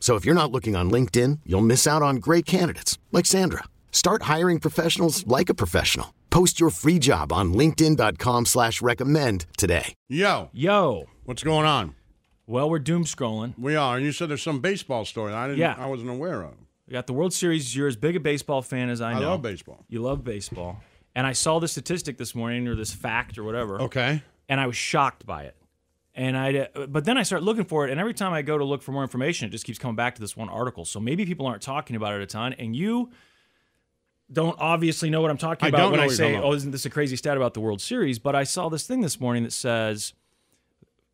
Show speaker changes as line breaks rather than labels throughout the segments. So if you're not looking on LinkedIn, you'll miss out on great candidates like Sandra. Start hiring professionals like a professional. Post your free job on LinkedIn.com slash recommend today.
Yo,
Yo.
what's going on?
Well, we're doom scrolling.
We are. And you said there's some baseball story that I didn't.
Yeah.
I wasn't aware of.
We got the World Series. You're as big a baseball fan as I
I,
know.
love baseball.
You love baseball. And I saw this statistic this morning or this fact or whatever.
Okay.
And I was shocked by it. And I, but then I start looking for it, and every time I go to look for more information, it just keeps coming back to this one article. So maybe people aren't talking about it a ton, and you don't obviously know what I'm talking
I
about
don't
when
know
I
what you're
say,
talking about.
"Oh, isn't this a crazy stat about the World Series?" But I saw this thing this morning that says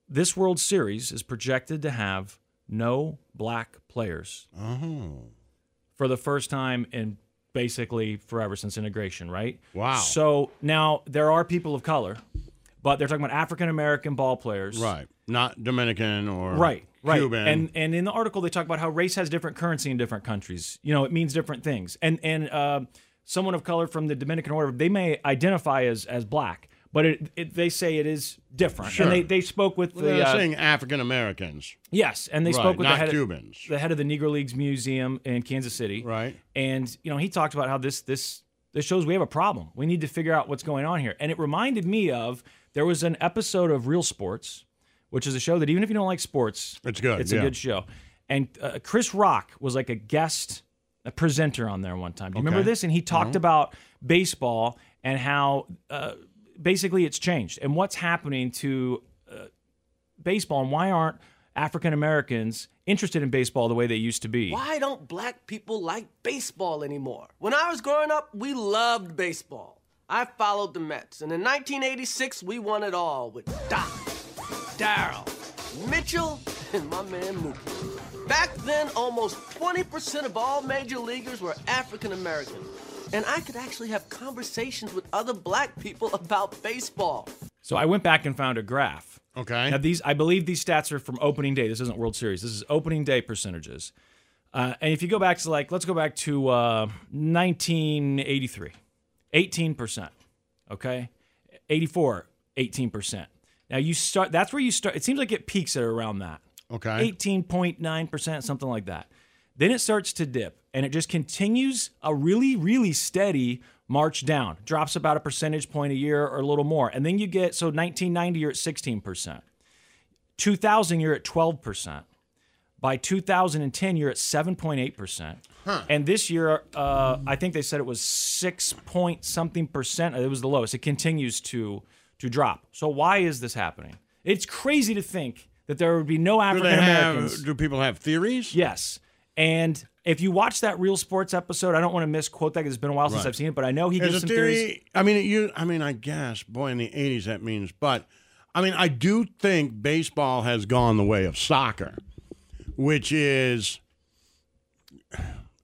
this World Series is projected to have no black players
Oh.
for the first time in basically forever since integration, right?
Wow.
So now there are people of color, but they're talking about African American ball players.
Right. Not Dominican or
Right. Right.
Cuban.
And and in the article they talk about how race has different currency in different countries. You know, it means different things. And and uh, someone of color from the Dominican order, they may identify as as black, but it, it they say it is different.
Sure.
And they they spoke with
Well,
the
they're
uh,
saying African Americans.
yes, and they
Right,
spoke with the
not
head
Cubans.
Of, the head of the Negro Leagues Museum in Kansas City
Right.
and you know he talked about how this this this shows we have a problem we need to figure out what's going on here and it reminded me of there was an episode of real sports which is a show that even if you don't like sports
It's good,
it's
yeah.
a good show and uh, chris rock was like a guest a presenter on there one time do you remember
Okay. Mm-hmm.
this and he talked about baseball and how uh, basically it's changed and what's happening to uh, baseball and why aren't african americans interested in baseball the way they used to be
Why don't black people like baseball anymore? When I was growing up, we loved baseball. I followed the Mets, and in 1986, we won it all with Doc, Darrell, Mitchell, and my man Mookie. Back then, almost 20% of all major leaguers were African American, and I could actually have conversations with other black people about baseball.
So I went back and found a graph.
Okay.
Now these, I believe, these stats are from opening day. This isn't World Series. This is opening day percentages. Uh, and if you go back to like, let's go back to uh, 1983, 18 percent. Okay, 84, 18 percent. Now you start. That's where you start. It seems like it peaks at around that.
okay.
18.9%, something like that. Then it starts to dip and it just continues a really, really steady march down, drops about a percentage point a year or a little more. And then you get so 1990, you're at 16%. 2000, you're at 12%. By 2010, you're at 7.8%. And this year, uh, I think they said it was 6 point something percent. It was the lowest. It continues to, to drop. So, why is this happening? It's crazy to think that there would be no
Do
African
they
Americans.
have? Do people have theories?
Yes. And if you watch that Real Sports episode, I don't want to misquote that because it's been a while since
Right.
I've seen it, but I know he
There's
gives
a
some theories.
theory. I mean, you. I mean, I guess. Boy, in the '80s, that means. But I mean, I do think baseball has gone the way of soccer, which is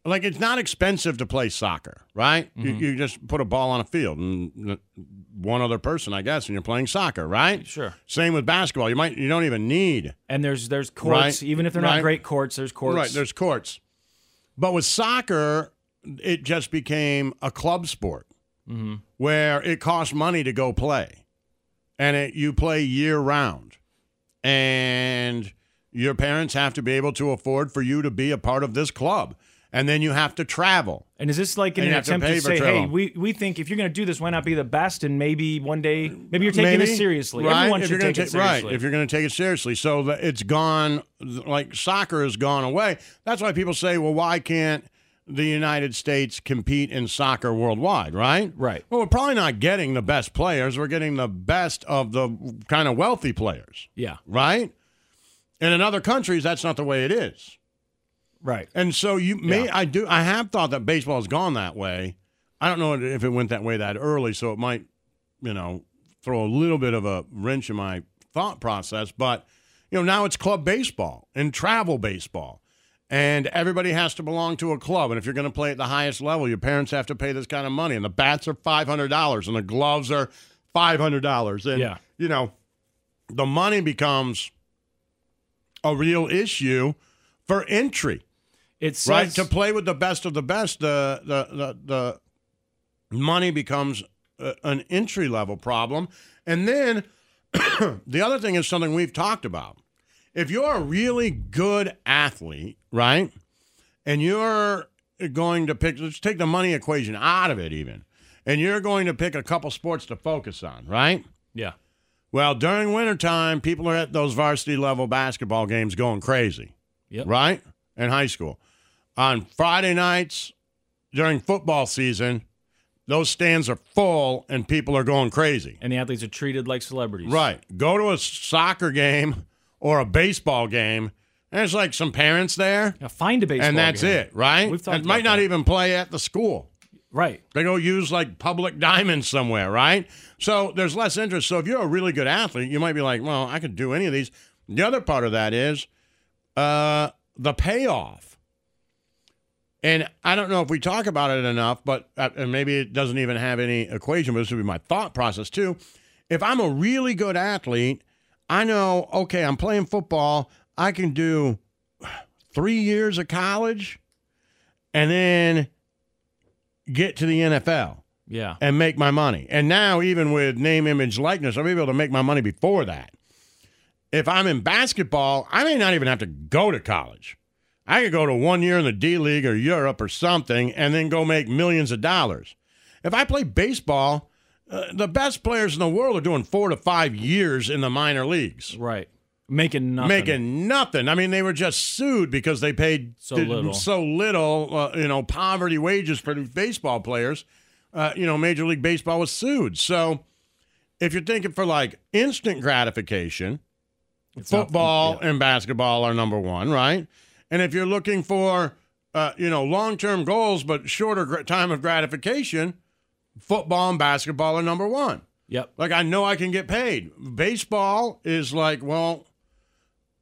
like it's not expensive to play soccer, right?
Mm-hmm.
You, you just put a ball on a field and one other person, I guess, and you're playing soccer, right?
Sure.
Same with basketball. You might. You don't even need.
And there's there's courts,
Right.
even if they're
Right.
not great courts, there's courts.
Right, there's courts. But with soccer, it just became a club sport where it costs money to go play. And it, you play year round. And your parents have to be able to afford for you to be a part of this club. And then you have to travel.
and is this like in
And
an
you have to
attempt to,
pay for
say, hey,
travel.
we, we think if you're going to do this, why not be the best? And maybe one day, maybe you're taking
Maybe.
this seriously.
Right?
Everyone
if
should
you're gonna
take it
ta-
seriously.
Right, if you're going to take it seriously. So the, it's gone, like soccer has gone away. That's why people say, well, why can't the United States compete in soccer worldwide, right?
Right.
Well, we're probably not getting the best players. We're getting the best of the kind of wealthy players,
Yeah.
right? And in other countries, that's not the way it is.
Right.
And so you may I do I have thought that baseball has gone that way. I don't know if it went that way that early, so it might, you know, throw a little bit of a wrench in my thought process. But you know, now it's club baseball and travel baseball, and everybody has to belong to a club. And if you're going to play at the highest level, your parents have to pay this kind of money, and the bats are five hundred dollars, and the gloves are five hundred dollars, and
Yeah.
you know, the money becomes a real issue for entry
It says,
right to play with the best of the best the the the, the money becomes a, an entry level problem and then the other thing is something we've talked about if you're a really good athlete right and you're going to pick let's take the money equation out of it even and you're going to pick a couple sports to focus on right
yeah.
well during wintertime people are at those varsity level basketball games going crazy
Yep.
right? In high school. On Friday nights during football season, those stands are full and people are going crazy.
And the athletes are treated like celebrities.
Right. Go to a soccer game or a baseball game, and it's like some parents there,
Now find a baseball
and that's
game.
it, right?
We've talked
and might
about
not
that.
even play at the school.
Right.
They go use like public diamonds somewhere, right? So there's less interest. So if you're a really good athlete, you might be like, well, I could do any of these. The other part of that is uh, the payoff. And I don't know if we talk about it enough, but uh, and maybe it doesn't even have any equation, but this would be my thought process too. If I'm a really good athlete, I know, okay, I'm playing football, I can do three years of college and then get to the NFL
Yeah.
and make my money. And now, even with name, image, likeness, I'm able to make my money before that. If I'm in basketball, I may not even have to go to college. I could go to one year in the D League or Europe or something and then go make millions of dollars. If I play baseball, uh, the best players in the world are doing four to five years in the minor leagues,
Right. Making nothing.
making nothing. I mean, they were just sued because they paid
So little.
so little, uh, you know, poverty wages for these baseball players. Uh, you know, Major League Baseball was sued. So if you're thinking for like instant gratification,
It's not-
football
yeah.
and basketball are number one, right? And if you're looking for, uh, you know, long term goals but shorter gr- time of gratification, football and basketball are number one.
Yep.
Like I know I can get paid. Baseball is like, well,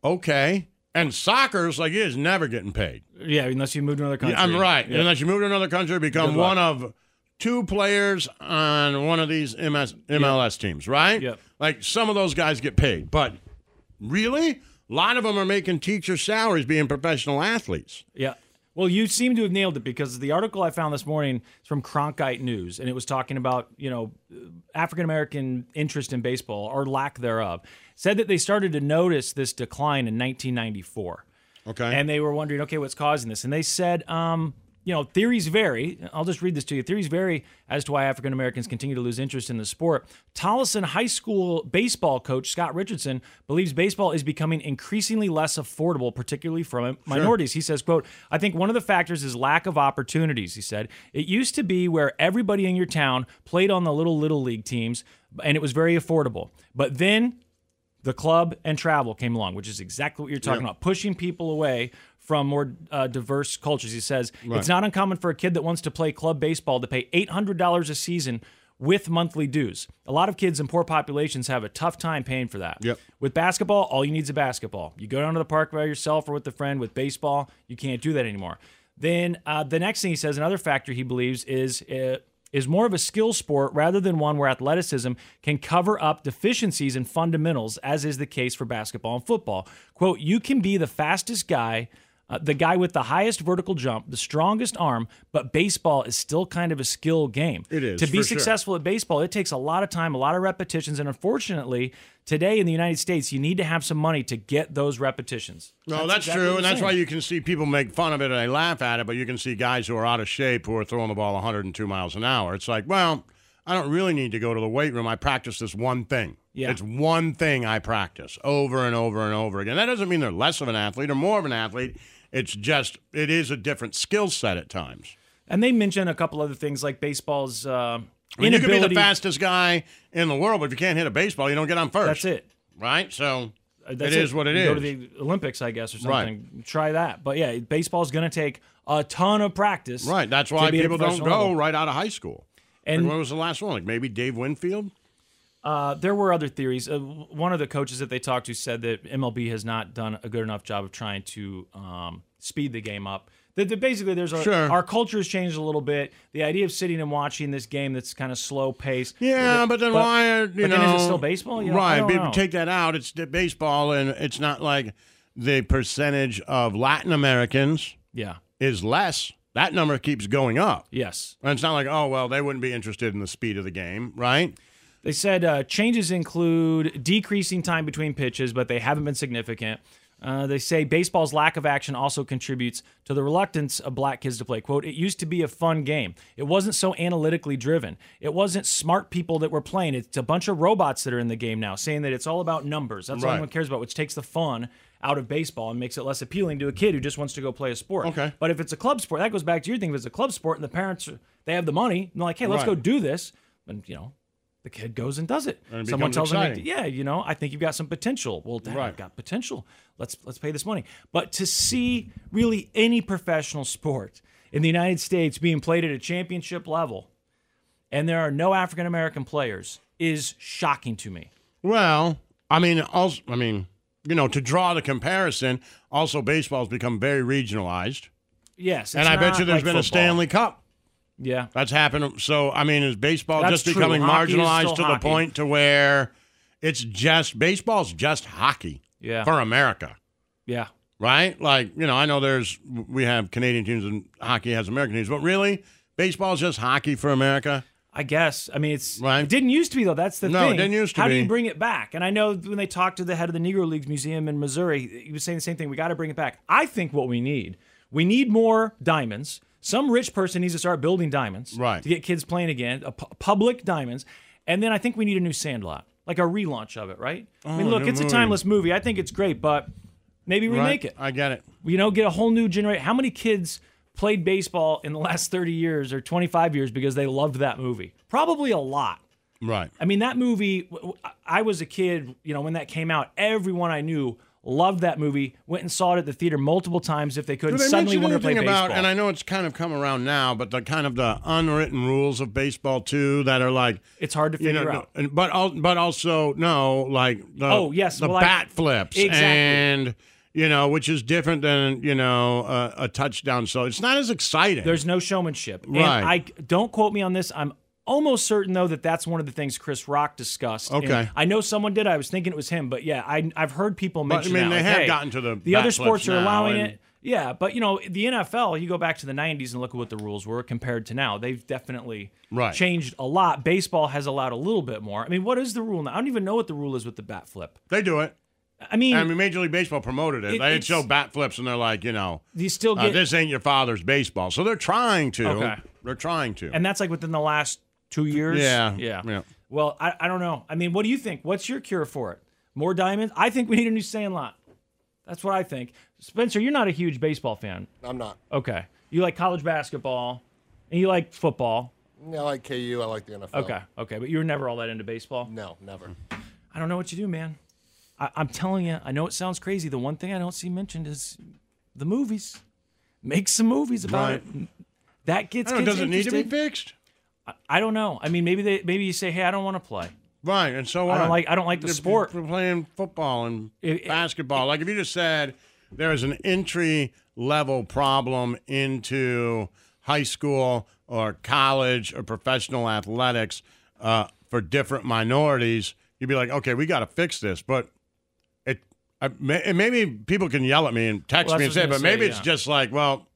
okay. And soccer's like it is never getting paid.
Yeah. Unless you move to another country.
I'm right.
Yeah.
Unless you move to another country, become
Good luck.
one of two players on one of these MS, MLS teams, right?
Yep.
Like some of those guys get paid, but really, a lot of them are making teacher salaries being professional athletes.
Yeah. Well, you seem to have nailed it because the article I found this morning is from Cronkite News, and it was talking about you know African American interest in baseball or lack thereof. Said that they started to notice this decline in 1994,
Okay.
and they were wondering, okay, what's causing this? And they said, um, you know, theories vary. I'll just read this to you. Theories vary as to why African Americans continue to lose interest in the sport. Tolleson High School baseball coach Scott Richardson believes baseball is becoming increasingly less affordable, particularly from minorities. He says, quote, I think one of the factors is lack of opportunities, he said. It used to be where everybody in your town played on the little little league teams and it was very affordable. But then the club and travel came along, which is exactly what you're talking about, pushing people away from more uh, diverse cultures. He says it's not uncommon for a kid that wants to play club baseball to pay $800 a season with monthly dues. A lot of kids in poor populations have a tough time paying for that.
Yep.
With basketball, all you need is a basketball. You go down to the park by yourself or with a friend. With baseball, you can't do that anymore. Then uh, the next thing he says, another factor he believes is uh, is more of a skill sport rather than one where athleticism can cover up deficiencies in fundamentals, as is the case for basketball and football. "Quote: You can be the fastest guy." Uh, the guy with the highest vertical jump, the strongest arm, but baseball is still kind of a skill game.
It is,
To be
for sure.
successful successful at baseball, it takes a lot of time, a lot of repetitions, and unfortunately, today in the United States, you need to have some money to get those repetitions.
No, that's,
exactly
true,
what
and
I'm
that's why
saying.
you can see people make fun of it and they laugh at it, but you can see guys who are out of shape who are throwing the ball 102 miles an hour. It's like, well, I don't really need to go to the weight room. I practice this one thing.
Yeah.
It's one thing I practice over and over and over again. That doesn't mean they're less of an athlete or more of an athlete. It's just it is a different skill set at times.
And they mention a couple other things like baseball's uh,
I mean, you could be the
inability.
fastest guy in the world, but if you can't hit a baseball, you don't get on first.
that's it.
right? So
Uh, That's
it is what it
You
is.
Go to the Olympics, I guess, or something. Try that. But yeah, baseball's going to take a ton of practice.
right. That's
to
why
be at a
people don't go
professional level.
right out of high school. And
And-
when was the last one? Like maybe Dave Winfield.
Uh, there were other theories. Uh, w- one of the coaches that they talked to said that MLB has not done a good enough job of trying to um, speed the game up. That, that basically, there's a
Sure.
our culture has changed a little bit. The idea of sitting and watching this game that's kind of slow paced.
Yeah, but then why? Are, you
but
know,
then is it still baseball? You know, I
right.
don't
people
know.
take that out. It's the baseball, and it's not like the percentage of Latin Americans
Yeah.
is less. That number keeps going up.
Yes.
And it's not like, oh well, they wouldn't be interested in the speed of the game, right?
They said uh, changes include decreasing time between pitches, but they haven't been significant. Uh, they say baseball's lack of action also contributes to the reluctance of black kids to play. Quote, it used to be a fun game. It wasn't so analytically driven. It wasn't smart people that were playing. It's a bunch of robots that are in the game now, saying that it's all about numbers. That's all
Right.
everyone cares about, which takes the fun out of baseball and makes it less appealing to a kid who just wants to go play a sport.
Okay.
But if it's a club sport, that goes back to your thing. If it's a club sport and the parents, are- they have the money, and they're like, hey, let's
Right.
go do this. And, you know, the kid goes and does it.
And it
Someone
becomes
tells him,
exciting.
"Yeah, you know, I think you've got some potential." Well, damn,
Right.
I've got potential. Let's let's pay this money. But to see really any professional sport in the United States being played at a championship level, and there are no African American players, is shocking to me.
Well, I mean, also, I mean, you know, to draw the comparison, also baseball's become very regionalized,
Yes,
and
it's
I bet
not
you there's
like
been
football.
a Stanley Cup
Yeah,
that's happened. So, I mean, is baseball
That's
just
true.
becoming
Hockey is
marginalized
still
to the
hockey.
point to where it's just baseball's just hockey
yeah,
for America,
yeah.
right? Like, you know, I know there's we have Canadian teams and hockey has American teams, but really, baseball's just hockey for America.
I guess. I mean, it's
Right.
it didn't used to be though. That's the
No, it
thing.
didn't used to
How do
be.
you bring it back? And I know when they talked to the head of the Negro Leagues Museum in Missouri, he was saying the same thing. We got to bring it back. I think what we need, we need more diamonds. Some rich person needs to start building diamonds
Right.
to get kids playing again, a pu- public diamonds. And then I think we need a new Sandlot, like a relaunch of it, right? I mean,
Oh,
look,
new
it's a
movie.
timeless movie. I think it's great, but maybe
right?
remake it
I get it.
you know, get a whole new generation. How many kids played baseball in the last 30 years or 25 years because they loved that movie? Probably a lot.
Right.
I mean, that movie, w- w- I was a kid, you know, when that came out, everyone I knew loved that movie, went and saw it at the theater multiple times if they could,
Did
and
I
suddenly
mention
wanted to play
anything
baseball.
about, and I know it's kind of come around now, but the kind of the unwritten rules of baseball too that are like
it's hard to
you
figure
know,
out.
and- but al- but also no, like the
Oh, yes,
the
well, I-
bat flips
Exactly.
and you know which is different than you know a, a touchdown. So it's not as exciting.
There's no showmanship. And
Right.
I don't quote me on this. I'm almost certain though that that's one of the things Chris Rock discussed. And
Okay.
I know someone did. I was thinking it was him, but yeah, I, I've heard people
But, I
mention.
mean,
that,
they
like,
have
hey,
gotten to the
the other
backflips
sports are
now,
allowing
and-
it. Yeah, but you know the NFL. You go back to the '90s and look at what the rules were compared to now. They've definitely
Right.
changed a lot. Baseball has allowed a little bit more. I mean, what is the rule now? I don't even know what the rule is with the bat flip.
they do it.
I mean,
I mean, Major League Baseball promoted it.
It-
they
it's-
show bat flips, and they're like, you know,
you still
uh,
get
this ain't your father's baseball. So they're trying to.
Okay.
They're trying to.
and that's like within the last two years.
Yeah,
yeah,
yeah.
Well, I, I don't know. I mean, what do you think? What's your cure for it? More diamonds? I think we need a new Sandlot. That's what I think. Spencer, you're not a huge baseball fan.
I'm not.
Okay, you like college basketball, and you like football.
I like KU. I like the NFL.
Okay, okay, but you were never all that into baseball.
No, never.
I don't know what you do, man. I, I'm telling you, I know it sounds crazy. The one thing I don't see mentioned is the movies. Make some movies about
Right.
it. That gets
I don't know,
kids
does it need to be
interested.
fixed?
I don't know. I mean, maybe they maybe you say, "Hey, I don't want to play."
Right, and so
I don't
on.
like- I don't like the
If
sport.
We're playing football and
It- it-
basketball. like if you just said there is an entry level problem into high school or college or professional athletics uh, for different minorities, you'd be like, okay, we got to fix this. But it, I, may- and maybe people can yell at me and text
Well,
me and
that's
say,
what I
but
was gonna
maybe
say,
it's
yeah.
just like, well,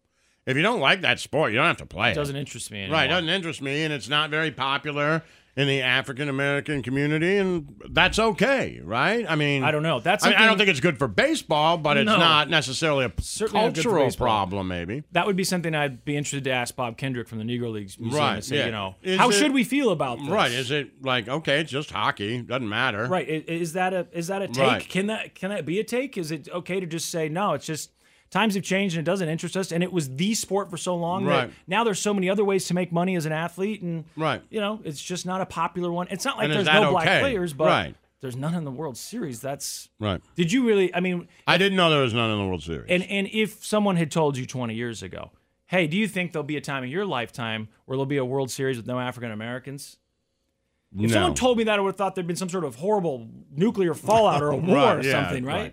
if you don't like that sport, you don't have to play it.
doesn't interest me anymore.
Right, doesn't interest me, and it's not very popular in the African American community, and that's okay, right? I mean,
I don't know. That's
I, mean, I don't
something-
think it's good for baseball, but it's
No.
not necessarily a
Certainly not good for
cultural
baseball.
problem, maybe.
That would be something I'd be interested to ask Bob Kendrick from the Negro Leagues Museum
Right,
and say,
yeah.
you know,
Is
how
it-
should we feel about this?
Right? Is it like okay, it's just hockey, doesn't matter.
right? i- Is that a is that a take?
Right.
Can that can that be a take? Is it okay to just say no? It's just times have changed and it doesn't interest us. And it was the sport for so long
Right.
that now there's so many other ways to make money as an athlete, and
Right.
you know, it's just not a popular one. It's not like
And is
there's
that
no black
okay?
players, but
Right.
there's none in the World Series. That's
Right.
Did you really? I mean,
I didn't know there was none in the World Series.
and and if someone had told you 20 years ago, hey, do you think there'll be a time in your lifetime where there'll be a World Series with no African Americans? If
No.
someone told me that, I would have thought there'd been some sort of horrible nuclear fallout or a war or
Right, yeah,
something, right?